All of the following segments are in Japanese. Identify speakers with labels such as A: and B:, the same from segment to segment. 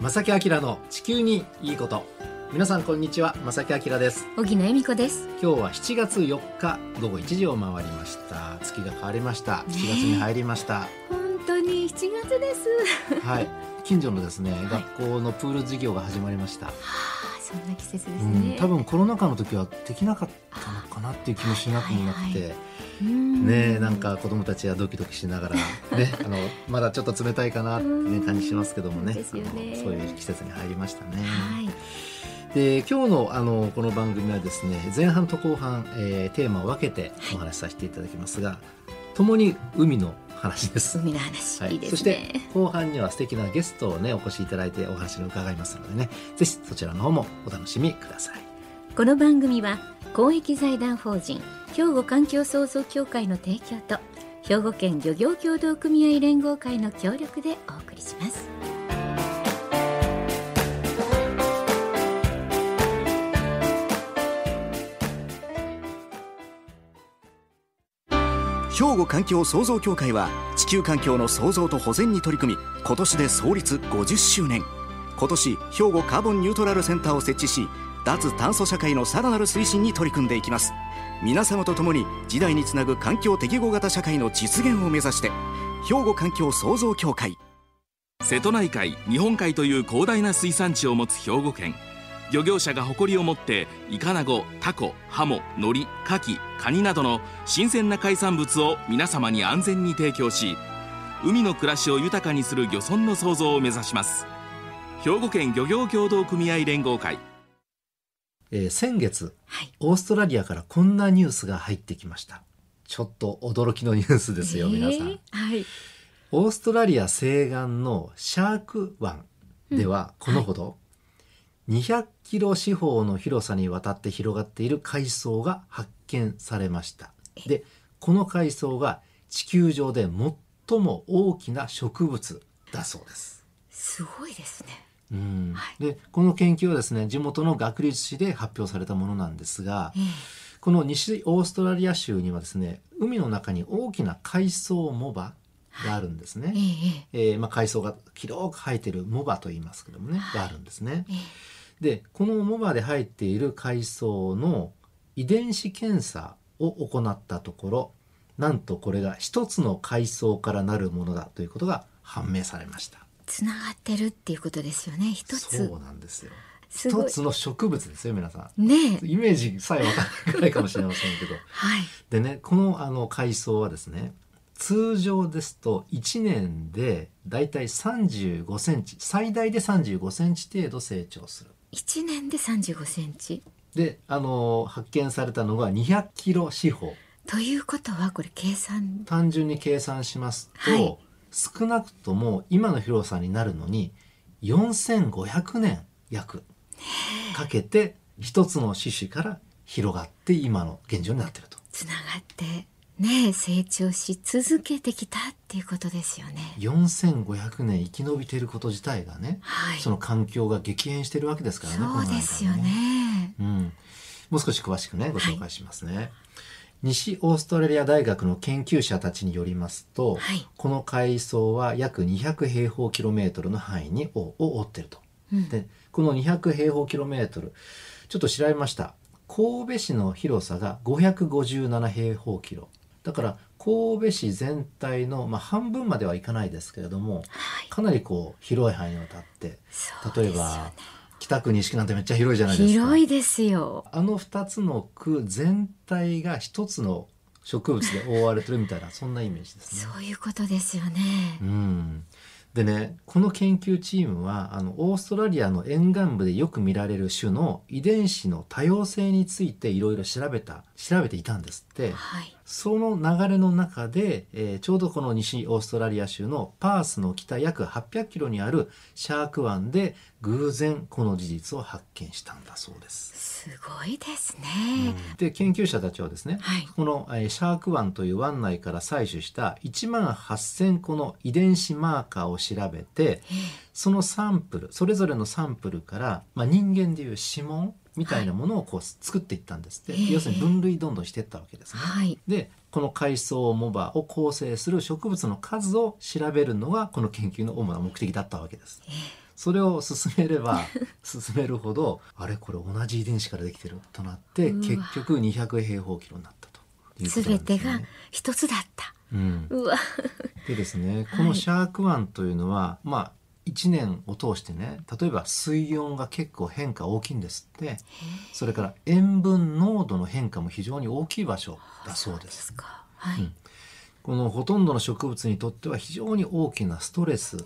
A: 正木明の地球にいいこと皆さんこんにちは正木明です
B: 荻野恵美子です。
A: 今日は7月4日午後1時を回りました月が変わりました7月に入りました、
B: 本当に7月です。
A: はい近所のですね、
B: い
A: 学校のプール授業が始まりました、
B: あ、そんな季節で
A: う
B: す
A: ん
B: ね。、
A: 多分コロナ禍の時はできなかったのかなっていう気もしなくもなくて、
B: うん
A: ねえなんか子供たちはドキドキし ながら、ね、あのまだちょっと冷たいかなっていう感じしますけどもね
B: うんですよね
A: あのそういう季節に入りましたね。
B: はい。
A: で今日のあのこの番組はですね前半と後半、えーテーマを分けてお話しさせていただきますが、共に海の話です。
B: 海の話、、
A: はい
B: い
A: い、
B: で
A: そし
B: す
A: て
B: ね。
A: 後半には素敵なゲストをねお越しいただいてお話を伺いますのでねぜひそちらの方もお楽しみください。
B: この番組は公益財団法人兵庫環境創造協会の提供と兵庫県漁業協同組合連合会の協力でお送りします。
C: 兵庫環境創造協会は地球環境の創造と保全に取り組み今年で創立50周年今年兵庫カーボンニュートラルセンターを設置し脱炭素社会のさらなる推進に取り組んでいきます皆様と共に時代につなぐ環境適合型社会の実現を目指して兵庫環境創造協会
D: 瀬戸内海日本海という広大な水産地を持つ兵庫県漁業者が誇りを持ってイカナゴタコハモノリカキカニなどの新鮮な海産物を皆様に安全に提供し海の暮らしを豊かにする漁村の創造を目指します兵庫県漁業協同組合連合会
A: えー先月
B: はい。
A: オーストラリアからこんなニュースが入ってきました。ちょっと驚きのニュースですよ、
B: えー
A: 皆さん。
B: はい。
A: オーストラリア西岸のシャーク湾ではこのほど200キロ四方の広さにわたって広がっている海藻が発見されました。で、この海藻が地球上で最も大きな植物だそうです。
B: すごいですね。
A: うん
B: は
A: でこの研究はですね地元の学術誌で発表されたものなんですが、
B: ええ
A: この西オーストラリア州にはですね海の中に大きな海藻藻場があるんですね。
B: え
A: え
B: え
A: ーまあ、海藻が広く生えてるモバと言いますけどもね、があるんですね
B: ええ。
A: でこのモバで生えている海藻の遺伝子検査を行ったところなんとこれが一つの海藻からなるものだということが判明されました。
B: つながってるっていうことですよね。一つ
A: そう。なんですよ
B: す
A: 一
B: ごい。
A: つの植物ですよ皆さ
B: ね
A: ん。
B: え。
A: イメージさえわからないくらいかもしれませんけど。
B: はい。
A: でねこのあの海藻はですね通常ですと1年でだいたい35センチ最大で35センチ程度成長する。
B: 一年で35センチ。
A: であの発見されたのが200キロ四方
B: ということはこれ計算
A: 単純に計算しますと、
B: はい
A: 少なくとも今の広さになるのに4500年約かけて一つの種子から広がって今の現状になっていると。
B: つながってねえ成長し続けてきたっていうことですよね。
A: 4500年生き延びていること自体がね、
B: はい。
A: その環境が激変してるわけですからね。
B: そうですよ
A: この中で。
B: ね。
A: うん。もう少し詳しくね、ご紹介しますね。西オーストラリア大学の研究者たちによりますと、
B: はい
A: この海藻は約200平方キロメートルの範囲にをを覆ってると。
B: うん
A: で、この200平方キロメートル、ちょっと調べました。神戸市の広さが557平方キロ。だから神戸市全体の、まあ、半分まではいかないですけれども、
B: はい。
A: かなりこう広い範囲にわたって
B: そう
A: 例
B: で
A: え
B: すよ
A: ば北区西区なんてめっちゃ広いじゃないですか
B: 広いですよ。
A: あの2つの区全体が1つの植物で覆われてるみたいなそんなイメージですね。
B: そういうことですよね
A: う。んでねこの研究チームはあのオーストラリアの沿岸部でよく見られる種の遺伝子の多様性についていろいろ調べた調べていたんですって。
B: はい。
A: その流れの中で、えーちょうどこの西オーストラリア州のパースの北約800キロにあるシャーク湾で偶然この事実を発見したんだそうです。
B: すごいですね。
A: で研究者たちはですね、
B: はい
A: この、えーシャーク湾という湾内から採取した1万8,000個の遺伝子マーカーを調べてそのサンプルそれぞれのサンプルから、まあ、人間でいう指紋みたいなものをこう作っていったんですって、
B: ええ
A: 要するに分類どんどんしていったわけですね。
B: はい。
A: でこの海藻モバを構成する植物の数を調べるのがこの研究の主な目的だったわけです。それを進めれ ば進めるほどあれこれ同じ遺伝子からできてるとなって
B: うわ
A: 結局200平方キロになったということな
B: 全
A: んです、ね。
B: てが一つだった
A: うん、
B: うわ
A: でですね
B: はい
A: このシャークワンというのは、まあ1年を通してね例えば水温が結構変化大きいんですってそれから塩分濃度の変化も非常に大きい場所だそうで。
B: ですすかはい、
A: うんこのほとんどの植物にとっては非常に大きなストレス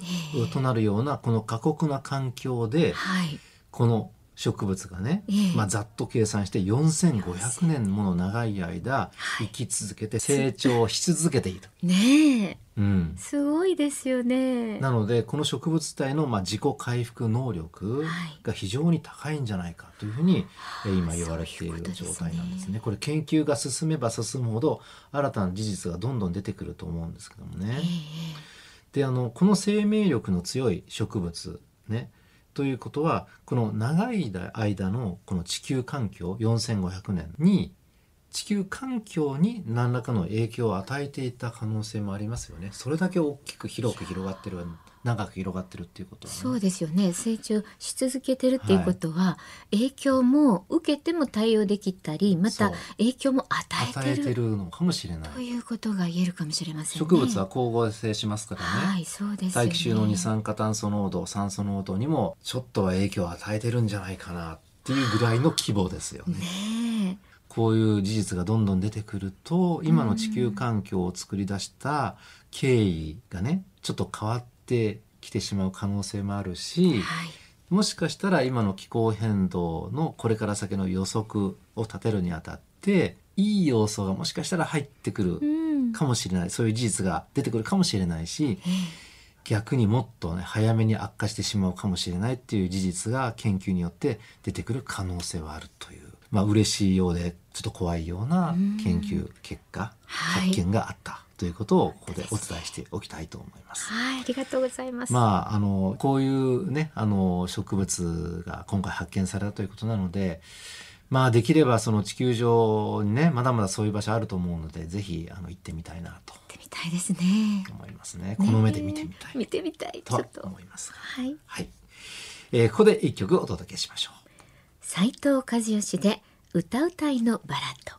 A: となるようなこの過酷な環境で
B: はい
A: この植物がね
B: ええ、
A: まあ、ざっと計算して4,500年もの長い間
B: はい
A: 生き続けて成長し続けて いる。
B: ねえ
A: うん、
B: すごいですよね
A: なのでこの植物体のまあ自己回復能力
B: はい
A: が非常に高いんじゃないかというふうにえー今
B: あー
A: 言われてい
B: そうい
A: る
B: うことです
A: 状
B: ね
A: 態なんですね。これ研究が進めば進むほど新たな事実がどんどん出てくると思うんですけどもね。
B: ええ
A: であのこの生命力の強い植物ねということはこの長い間のこの地球環境4,500年に地球環境に何らかの影響を与えていた可能性もありますよね。それだけ大きく広く広がってる長く広がってるっていうことは、ね、
B: そうですよね成長し続けてるっていうことは、影響も受けても対応できたりまた
A: そう
B: 影響も与
A: 与
B: え
A: え
B: てる
A: てるのかもしれない
B: と。いうことが言えるかもしれませんね
A: 植物は光合成しますからね。
B: はいそうですよね
A: 大気中の二酸化炭素濃度酸素濃度にもちょっとは影響を与えてるんじゃないかなっていうぐらいの規模ですよね。
B: ねえ
A: こういう事実がどんどん出てくると今の地球環境を作り出した経緯がねちょっと変わってきてしまう可能性もあるし
B: はい
A: もしかしたら今の気候変動のこれから先の予測を立てるにあたっていい要素がもしかしたら入ってく
B: う
A: る
B: ん
A: かもしれないそういう事実が出てくるかもしれないし逆にもっとね早めに悪化してしまうかもしれないっていう事実が研究によって出てくる可能性はあるというまあ嬉しいようでちょっと怖いような研究結果
B: はい
A: 発見があったということをここでお伝えしておきたいと思います。
B: はいありがとうございます、
A: まあ、あのこういうねあの植物が今回発見されたということなので、まあ、できればその地球上にねまだまだそういう場所あると思うのでぜひあの行ってみたいなと
B: 見てみたいですね
A: 思いますね。この目で見てみたい
B: 見てみたいち
A: と
B: ょ
A: は
B: っと
A: 思います。
B: はい
A: はい、えーここで一曲お届けしましょ
B: 斉藤和義で歌うたいのバラッド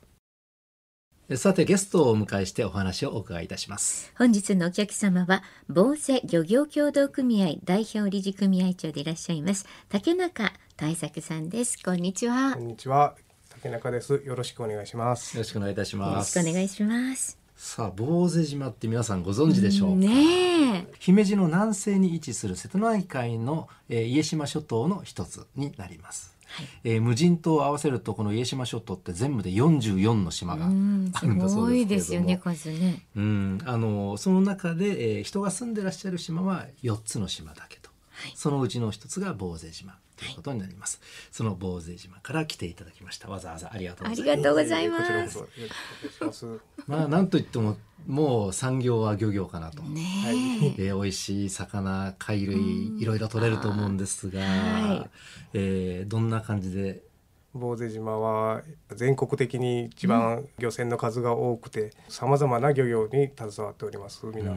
A: う。さてゲストをお迎えしてお話をお伺いいたします。
B: 本日のお客様は防瀬漁業協同組合代表理事組合長でいらっしゃいます竹中大作さんですこんにちは
E: こんにちは竹中ですよろしくお願いします
A: よろしくお願いいたし
B: よろ
A: ま
B: し
A: す。
B: くお願いします
A: さあ坊勢島って皆さんご存知でしょうか。
B: ねえ
A: 姫路の南西に位置する瀬戸内海の、えー家島諸島の一つになります。
B: はい
A: えー無人島を合わせるとこの家島諸島って全部で44の島があ
B: う
A: る
B: ん
A: んだ
B: す
A: そうですけれども
B: ごいですよね数ね
A: うん、あのその中で、えー人が住んでらっしゃる島は4つの島だけと、
B: はい
A: そのうちの一つが坊勢島ということになります、その坊勢島から来ていただきましたわざわざありがとうございま
B: あり
A: す
B: がとうございます
E: こちらこそよろしくお願いします
A: まあなんといってももう産業は漁業かなと、
B: ね
E: はい
A: えー美味しい魚貝類いろいろ取れると思うんですが、
B: はい
A: えーどんな感じで
E: 坊勢島は全国的に一番漁船の数が多くてさまざまな漁業に携わっております皆、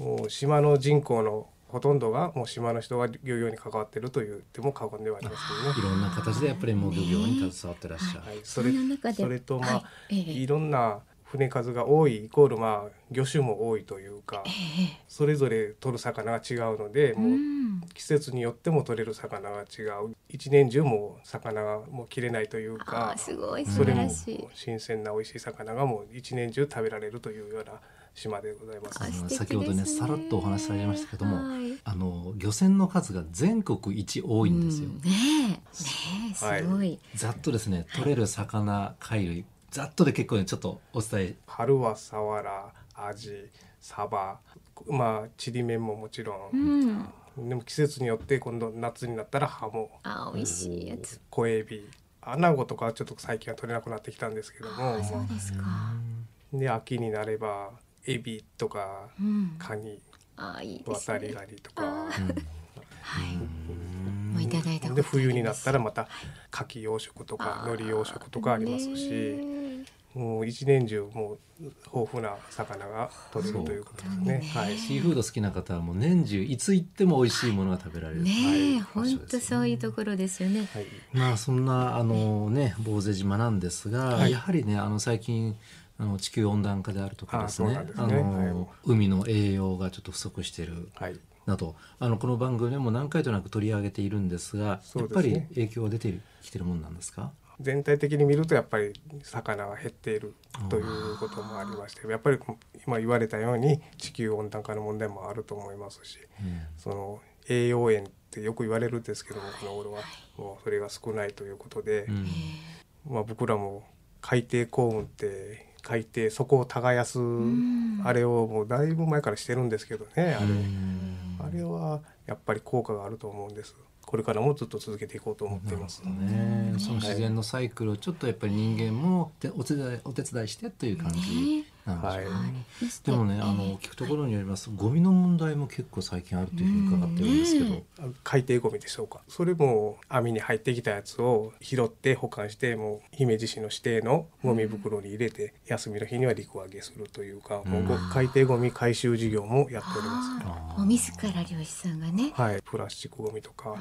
E: もう島の人口のほとんどがもう島の人が漁業に関わっていると言っても過言ではありますけど
A: い
E: ね。
A: ろんな形でやっぱりもう漁業に携わってらっしゃる、
E: はい、
B: そ
E: それ
B: んな中で
E: それとまあ、
B: はいええ
E: いろんな船数が多いイコールまあ魚種も多いというか、それぞれ取る魚が違うので、もう
B: うん
E: 季節によっても取れる魚が違う一年中もう魚がもう切れないという
B: あ
E: か
B: ーすごい素
E: そ
B: 晴
E: れも
B: ら
E: も
B: しいう
E: 新鮮な美味しい魚がもう一年中食べられるというような島でございます。
A: あ
B: 素敵
A: の
B: です
A: 先ほどねさらっとお話しされましたけども、
B: はい
A: あの漁船の数が全国一多いんですよ、
B: うんねえねえす
E: はい
B: ごい
A: ざっとですね取れる魚貝類ざっとで結構ねちょっとお伝え
E: 春はサワラ、アジ、サバ、まあちりめんももちろ、
B: うんん
E: でも季節によって今度夏になったらハモ、
B: あー美味しいやつ
E: 小エビ、アナゴとかはちょっと最近は取れなくなってきたんですけども、
B: そうですか
E: で秋になればエビとか
B: うん
E: カニ、
B: あーいいで
E: ワ
B: す
E: タリ
B: ね
E: ガニとか。
B: はいもういただいたこと
E: で冬になった
B: ら
E: らまた牡蠣養殖とか海苔養殖とかありますし、もう一年中もう豊富な魚が取れるということですね。はい。
A: シーフード好きな方はもう年中いつ行っても美味しいものが食べられる。
B: ねえ、
A: は
B: 本
A: い
B: 当そういうところですよね。
E: はい。
A: まあそんなあのね坊勢島なんですが、
E: はい
A: やはりねあの最近あの地球温暖化であるとかです
E: あ
A: ね
E: そう
A: あ
E: なんですね
A: の、
E: はい
A: 海の栄養がちょっと不足している
E: はい。
A: などあのこの番組でも何回となく取り上げているんですが
E: そ
A: やっ
E: うです
A: ぱ
E: ね
A: り影響は出てきてるもんなんですか
E: 全体的に見るとやっぱり魚は減っているということもありましてやっぱり今言われたように地球温暖化の問題もあると思いますし、その栄養塩ってよく言われるんですけどもこの頃はもうそれが少ないということで、
A: うん
E: まあ、僕らも海底耕運って海底底を耕すあれをもうだいぶ前からしてるんですけどねあれ,、あれはやっぱり効果があると思うんですこれからもずっと続けていこうと思っています。
A: ねその自然のサイクルをちょっとやっぱり人間もでお手伝いお手伝いしてという感じなんでしょう
E: は
A: ね
E: い
A: でもねあの聞くところによりますとゴミの問題も結構最近あるというふうに伺ってるんですけど、
E: 海底ゴミでしょうかそれも網に入ってきたやつを拾って保管してもう姫路市の指定のゴミ袋に入れて、休みの日には陸揚げするというか、もうご海底ゴミ回収事業もやっております。
B: お自ら漁師さんがね。
E: はい、プラスチックゴミとか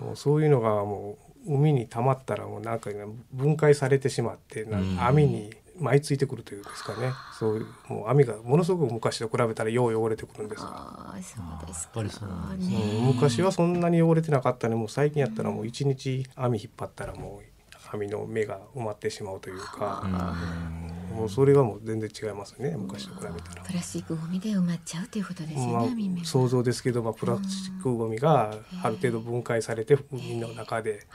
E: もうそういうのがもう海に溜まったらもうなんかね分解されてしまってな網に舞いついてくるというんですかねそういうもう網がものすごく昔と比べたらよう汚れてくるんです
B: ああ、そうです
A: やっぱりそうなんですね。
E: うん昔はそんなに汚れてなかったのにもう最近やったらもう一日網引っ張ったらもう網の目が埋まってしまうというか、もうそれがもう全然違いますね昔と比べたら。
B: プラスチックゴミで埋まっちゃうということです
E: ま
B: よね、網目
E: あ、
B: が
E: 想像ですけど、まあ、プラスチックゴミがある程度分解されて海の中で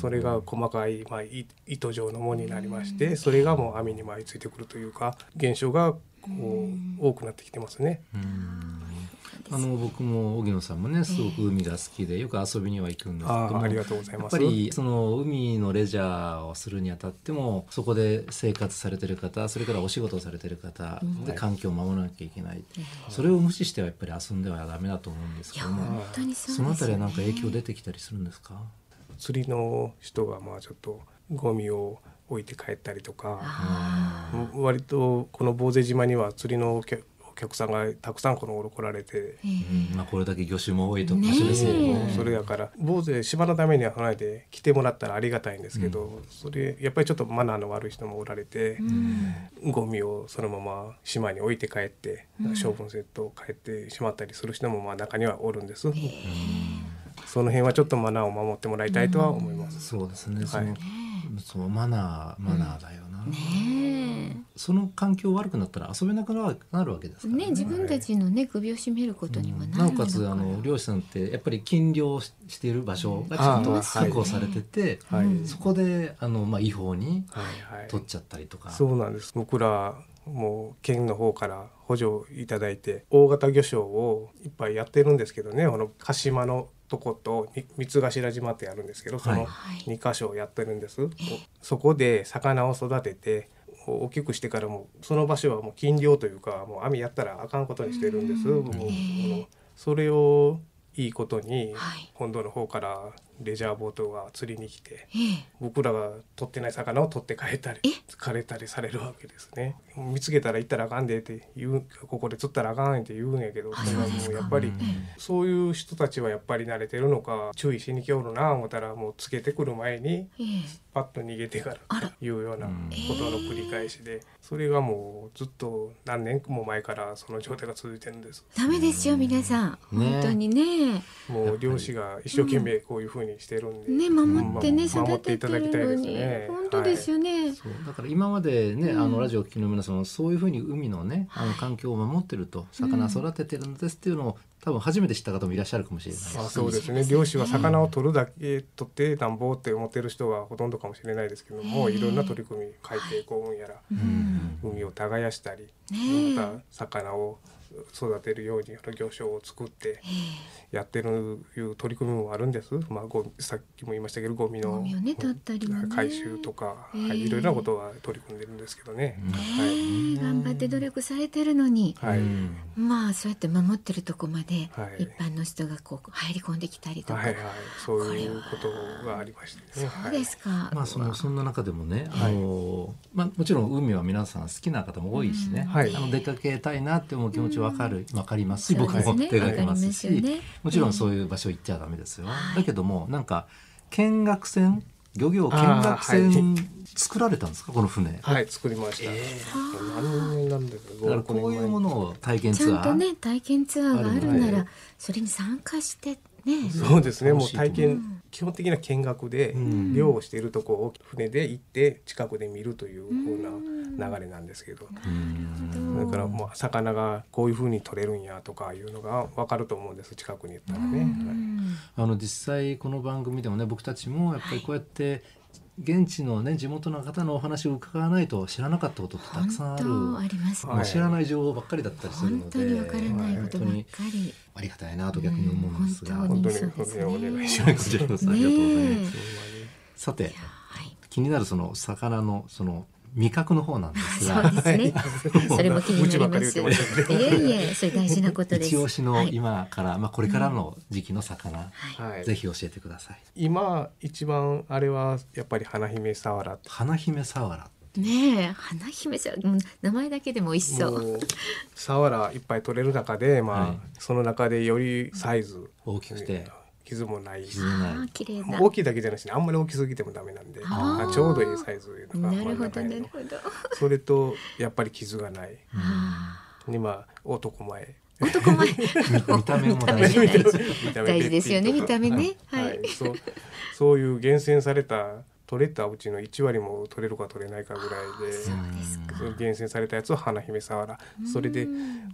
E: それが細かい、まあ、い糸状のものになりましてそれがもう網に舞いついてくるというか現象がこう多くなってきてますね。
A: あの僕も荻野さんもねすごく海が好きでよく遊びには行くんですけど
E: あ
A: も
E: ーありがとうござい
A: やっ
E: ます
A: ぱりその海のレジャーをするにあたってもそこで生活されてる方それからお仕事をされてる方で環境を守らなきゃいけない、それを無視してはやっぱり遊んではダメだと思うんです
B: い
A: け
B: や、
A: ども
B: 本当にそうです
A: そ
B: よ
A: の
B: ね
A: あたりはなんか影響出てきたりするんですか
E: 釣りの人がまあちょっとゴミを置いて帰ったりとか割とこの坊勢島には釣りのお客お客さんがたくさんこの頃来られて、
A: うんまあ、これだけ魚種も多いと場所ですよね
E: それだから坊勢島のためには来ないで来てもらったらありがたいんですけど、それやっぱりちょっとマナーの悪い人もおられて、ゴミをそのまま島に置いて帰って、処分セットを帰ってしまったりする人もまあ中にはおるんです。その辺はちょっとマナーを守ってもらいたいとは思います。
A: そうですねそ
E: は
A: の,、
E: い
A: そのマナーマナーだよな、
B: ね
A: その環境悪くなったら遊べなくなるわけです
B: え
A: からね
B: ね自分たちのね首を絞めることにもなる
A: なおか
B: ん
A: つ
B: だ
A: あ
B: ら
A: の漁師さんってやっぱり禁漁ししている場所がちゃんと
E: ああ
A: 確保されてて、
E: はいはい
A: そこであの、まあ、違法に
E: はいはい
A: 取っちゃったりとか、
E: そうなんです僕らもう県の方から補助いただいて大型魚礁をいっぱいやってるんですけどねこの鹿島のとことに三ヶ頭島ってあるんですけどそ
A: はい
E: の2箇所をやってるんです、そこで魚を育てて大きくしてからもその場所はもう禁漁というかもう網やったらあかんことにしてるんです、僕もそれをいいことに
B: はい
E: 本土の方からレジャーボートが釣りに来て、
B: ええ
E: 僕らが取ってない魚を取って帰ったり疲れたりされるわけですね見つけたら行ったらあかんでって言うここで釣ったらあかんって言うんやけどそれはもうやっぱりそういう人たちはやっぱり慣れてるのか注意しに来よるな思ったらもうつけてくる前に
B: ええ
E: パッと逃げてからいうようなことの繰り返しでそれがもうずっと何年も前からその状態が続いてるんです
B: ダメですよ皆さん
A: ねえ
B: 本当にね
E: もう漁師が一生懸命こういうふうにしてるんで
B: ね守ってね
E: うん守
B: 育
E: って
B: て
E: い
B: て
E: ただきたい
B: るの
E: です
B: に
E: ね
B: 本当ですよね
A: そうだから今までね、あのラジオを聴きの皆さんもそういうふうに海のねあの環境を守ってると魚育ててるんですっていうのを多分初めて知った方もいらっしゃるかもしれない
E: あそうですね漁師は魚を取るだけ取ってなんぼって思ってる人がほとんどかもしれないですけどもいろんな取り組み海底幸運やら海を耕したりまた魚を育てるように魚礁を作ってやってるいう取り組みもあるんです、まあ、ゴミさっきも言いましたけどゴミの
B: ゴミをね取ったりもね
E: 回収とか、
B: ええ
E: はい、いろいろなことは取り組んでるんですけどね。
B: ねえ頑張って努力されてるのに、
E: はい、
A: うん
B: まあそうやって守ってるとこまで
E: はい
B: 一般の人がこう入り込んできたりとか、
E: はいはい、そういうことがありましてね。
B: そうですか、
A: まあ、そのそんな中でもね、
E: はい
A: あのまあ、もちろん海は皆さん好きな方も多いしね、
E: うんはい
A: あの出かけたいなって思う気持ちわかる、わかりますし
B: そう
A: 僕
B: です
A: も
B: ね
A: 出かけますし
B: わかりますよね
A: もちろんそういう場所行っちゃダメですよ、
B: はい
A: だけどもなんか見学船漁業見
E: あ
A: 学
E: ー
A: 船、作られたんですかこの船、
E: はい、作りました。何年なんだけど、
A: だから
E: 5
A: こういう
E: 6
A: ものを体験
B: ち
A: ツア
B: ゃ
A: ー
B: んとね体験ツアーがある
E: ある
B: な
E: の
B: ら、
E: で
B: それに参加してね
E: そうですね、
A: 楽
E: もう
A: しいと思う
E: 体験、基本的な見学で、
A: うん
E: 漁をしているとこを船で行って、近くで見るというふうな流れなんですけど。
B: うん
E: だから、もう魚がこういうふうに取れるんやとかいうのが分かると思うんです、近くに行ったらね。はい
A: あの実際この番組でもね僕たちもやっぱりこうやって現地のね地元の方のお話を伺わないと知らなかったことってたくさんある。
B: 本当あります、
E: はい
A: 知らない情報ばっかりだったりする
B: 本
A: ので
B: 当にわからないことばっか
A: 本当に
B: り、
A: ありがたいなと逆に思うんですが、
B: うん
E: 本当に
B: そうですね
E: お願いし
A: あり
E: ま
A: が
E: す。
A: とうございますさて
B: はい
A: 気になるその魚のその味覚の方なんです
B: そう
A: が
B: ですね。それも気になりま
E: 愚痴
B: す。
E: ばっかり言って
B: いえいえ、それ大事なことです。
A: 一押し
B: は
A: の
B: い
A: 今から、まあ、これからの時期の魚、
B: はい
E: はい
A: ぜひ教えてください
E: 今一番あれはやっぱり花姫サワラ
A: 花姫サワラ
B: ねえ、花姫さん、うん名前だけでも美味しそ
E: も
B: う。
E: うサワラいっぱい取れる中で、まあ
A: はい
E: その中でよりサイズ
A: 大きくて
E: 傷もない
A: 傷の
B: あ
A: な
B: あ
A: い、
B: 綺麗
E: も
B: な
E: う。大きいだけじゃないし、あんまり大きすぎてもダメなんで
B: あー
E: あちょうどいいサイズいうのが
B: なるほど、
E: 真ん中
B: な
E: に
B: るほど。
E: それとやっぱり傷がない
B: あ
E: 今男前
B: あ男前。
A: 見た目も大
B: 見た
A: 事
B: 目大事。
E: 見た目
B: 大事ですよね、見た目ね。
E: は、
B: はいい。
E: そうそういう厳選された取れたうちの1割も取れるか取れないかぐらいで
B: そうですか。
E: そう厳選されたやつを花姫さわらそれで、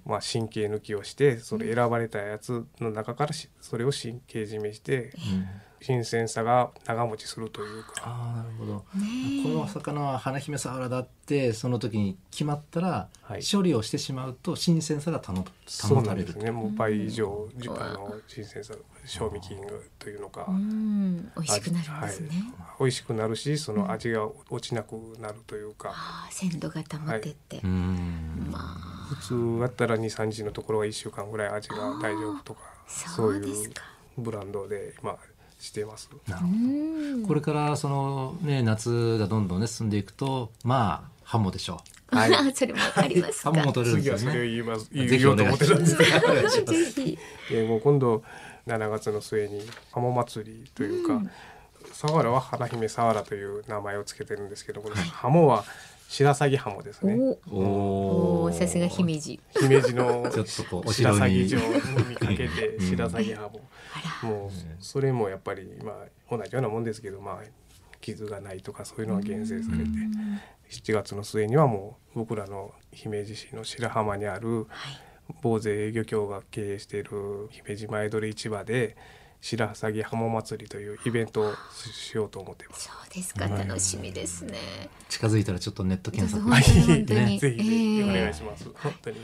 E: まあ、神経抜きをしてそれ選ばれたやつの中からしそれを神経締めして
A: うん
E: 新鮮さが長持ちするというか
A: ああなるほど、
B: ね
A: この魚は花姫サワラだってその時に決まったら、
E: はい
A: 処理をしてしまうと新鮮さが保
E: そ
A: 保
E: うな
A: た
E: ん
A: れ
E: で
A: る
E: す
A: と
E: ねもう倍以上時
B: うわ
E: 間の新鮮さ賞味期限というのか。
B: うん、美味しくなるんですね。
E: はい、美味しくなるしその味が落ちなくなるというか、
B: ああ、鮮度が保てて。
A: うん
B: まあ、
E: 普通だったら23日のところは1週間ぐらい味が大丈夫とか
B: そうで
E: い
B: す
E: う
B: か
E: ブランドで今してます。
A: なるほ
B: う
A: ど
B: ん。
A: これからそのね夏がどんどんね進んでいくとまあハモでしょ
E: は
B: それもわかります
A: う。ハ
B: か。
A: モも取れるん
E: 次
A: で
E: は
A: す
E: そ
A: よ
E: れを
A: ね。
E: 言います
A: ぜ
E: 言
A: ひ
E: お
A: お
E: うと
A: 願
E: 思
A: い
E: って
A: したま
E: んですすけ ど
B: ぜひ。
E: でもう今度7月の末に浜祭りというか、サワラは花姫サワラという名前をつけてるんですけどこのハモは白鷺ハモですね
B: お
A: お
B: お
A: お
B: ー、さすが姫路。
E: 姫路の
A: ちょっとこうお
E: 白
A: 城
E: 鷺
A: に
E: 城に見かけて
A: うん
E: 白鷺ハモ、
B: あ
E: もうそれもやっぱりまあ同じようなもんですけどまあ傷がないとかそういうのは厳選されて7月の末にはもう僕らの姫路市の白浜にある坊勢漁協が経営している姫路前鳥市場で白鷺浜祭りというイベントをしようと思ってま
B: ら、
E: す。
B: そうですか。楽しみですね。
A: 近づいたらちょっとネット検索
B: ちょっと本当に本当
E: ぜ
B: に
E: ひぜひお
B: ええ
E: 願いします。本当に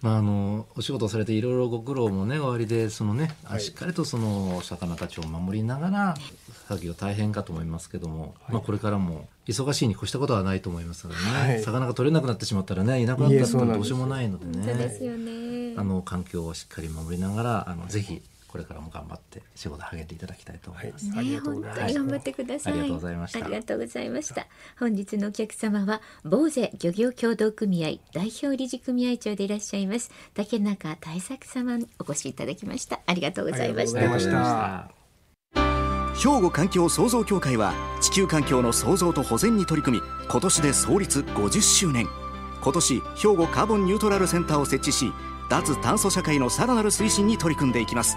A: まああのお仕事をされていろいろご苦労もねおありでそのね、あ
E: はい
A: しっかりとその魚たちを守りながら作業大変かと思いますけども、まあこれからも忙しいに越したことはないと思いますからね、
E: はい
A: 魚が取れなくなってしまったらねいなくなった
E: いえ
A: ら
E: そうなん
A: ど
E: です
A: うしようもないのでね
B: そうですよね。
A: あの環境をしっかり守りながらあのぜひこれからも頑張って仕事励んでいただきたいと思います。
E: あり
B: ね、
E: がとうご
B: 本
E: ざ
B: 当
E: います
B: に頑張ってください。
A: ありがとうございました
B: ありがとうございました本日のお客様は、坊勢漁業協同組合代表理事組合長でいらっしゃいます。竹中大作様にお越しいただきました。ありがとうございまし
E: あり
B: た
E: がとうございま。した
C: 兵庫環境創造協会は地球環境の創造と保全に取り組み今年で創立50周年今年兵庫カーボンニュートラルセンターを設置し脱炭素社会のさらなる推進に取り組んでいきます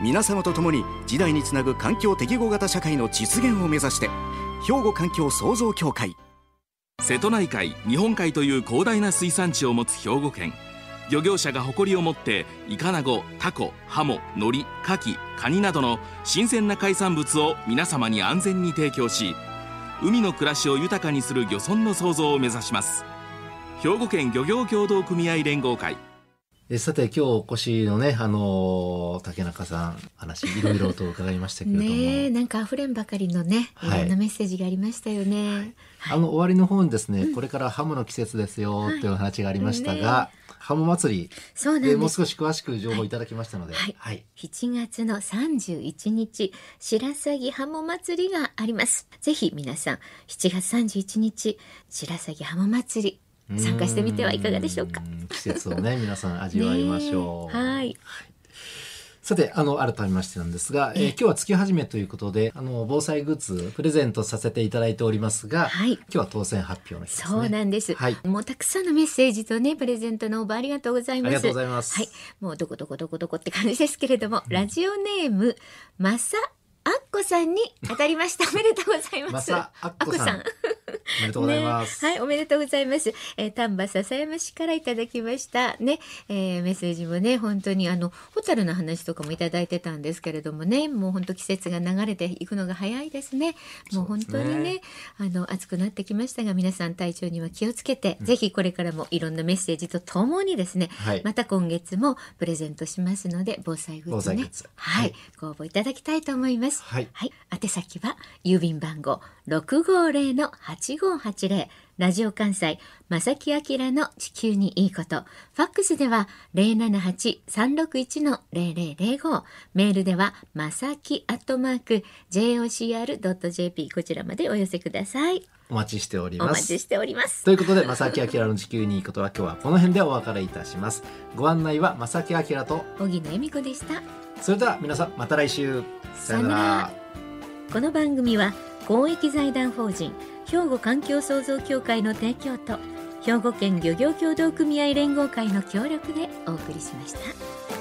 C: 皆様と共に時代につなぐ環境適合型社会の実現を目指して兵庫環境創造協会
D: 瀬戸内海日本海という広大な水産地を持つ兵庫県漁業者が誇りを持ってイカナゴタコハモノリカキカニなどの新鮮な海産物を皆様に安全に提供し海の暮らしを豊かにする漁村の創造を目指します兵庫県漁業協同組合連合会
A: えさて今日お越しのねあのー竹中さん話いろいろと伺いましたけれども、
B: ねえなんか溢れんばかりのねい
A: はい
B: ろんなメッセージがありましたよね、
A: あの終わりの方にですね、これからハムの季節ですよというお話がありましたが、ハム祭
B: そう
A: り
B: な
A: で
B: ん
A: も
B: で
A: う
B: す
A: 少し詳しく情報いただきましたので、
B: はい
A: はい
B: 7月の31日白鷺ハモ祭りがありますぜひ皆さん7月31日白鷺ハモ祭り参加してみてはいかがでしょうか
A: うーん季節をね皆さん味わいましょう、
B: ねえはい
A: さてあの改めましてなんですが、えー今日は月始めということであの防災グッズプレゼントさせていただいておりますが、
B: はい
A: 今日は当選発表の日ですね
B: そうなんです、
A: はい
B: もうたくさんのメッセージとねプレゼントの応募ありがとうございま
A: あ
B: す
A: りがとうございます
B: はい、もうどこどこどこどこって感じですけれども、ラジオネームまさあっこさんに当たりましたおめでとうございま
A: ますさあっこさん
B: あっこ
A: おめでとうございます、
B: ね、はい、おめでとうございます。えー、丹波篠山市からいただきましたね、えーメッセージもね、本当にあのホタルの話とかもいただいてたんですけれどもね、もう本当季節が流れていくのが早いですね。もう本当に
A: そう
B: ね、
A: で
B: あの暑くなってきましたが、皆さん体調には気をつけて、ぜひこれからもいろんなメッセージとともにですね、
A: はい
B: また今月もプレゼントしますので、防災グッズ
A: 防災グ
B: ね
A: ッズ、
B: はい、
A: はい
B: ご応募いただきたいと思います。
A: はい
B: はい、宛先は郵便番号六五零の八五八零。ラジオ関西正木明の地球にいいこと。ファックスでは零七八三六一の零零零五。メールではまさきアットマーク J. O. C. R. ドット J. P. こちらまでお寄せください。
A: お待ちしており
B: お
A: ま
B: 待
A: す
B: ちしております。
A: ということで正木明の地球にいいことは今日はこの辺でお別れいたしますご案内は正木明と
B: 小木の恵美子でした。
A: それでは皆さんまた来週さような
B: さような
A: ら
B: らこの番組は公益財団法人兵庫環境創造協会の提供と兵庫県漁業協同組合連合会の協力でお送りしました。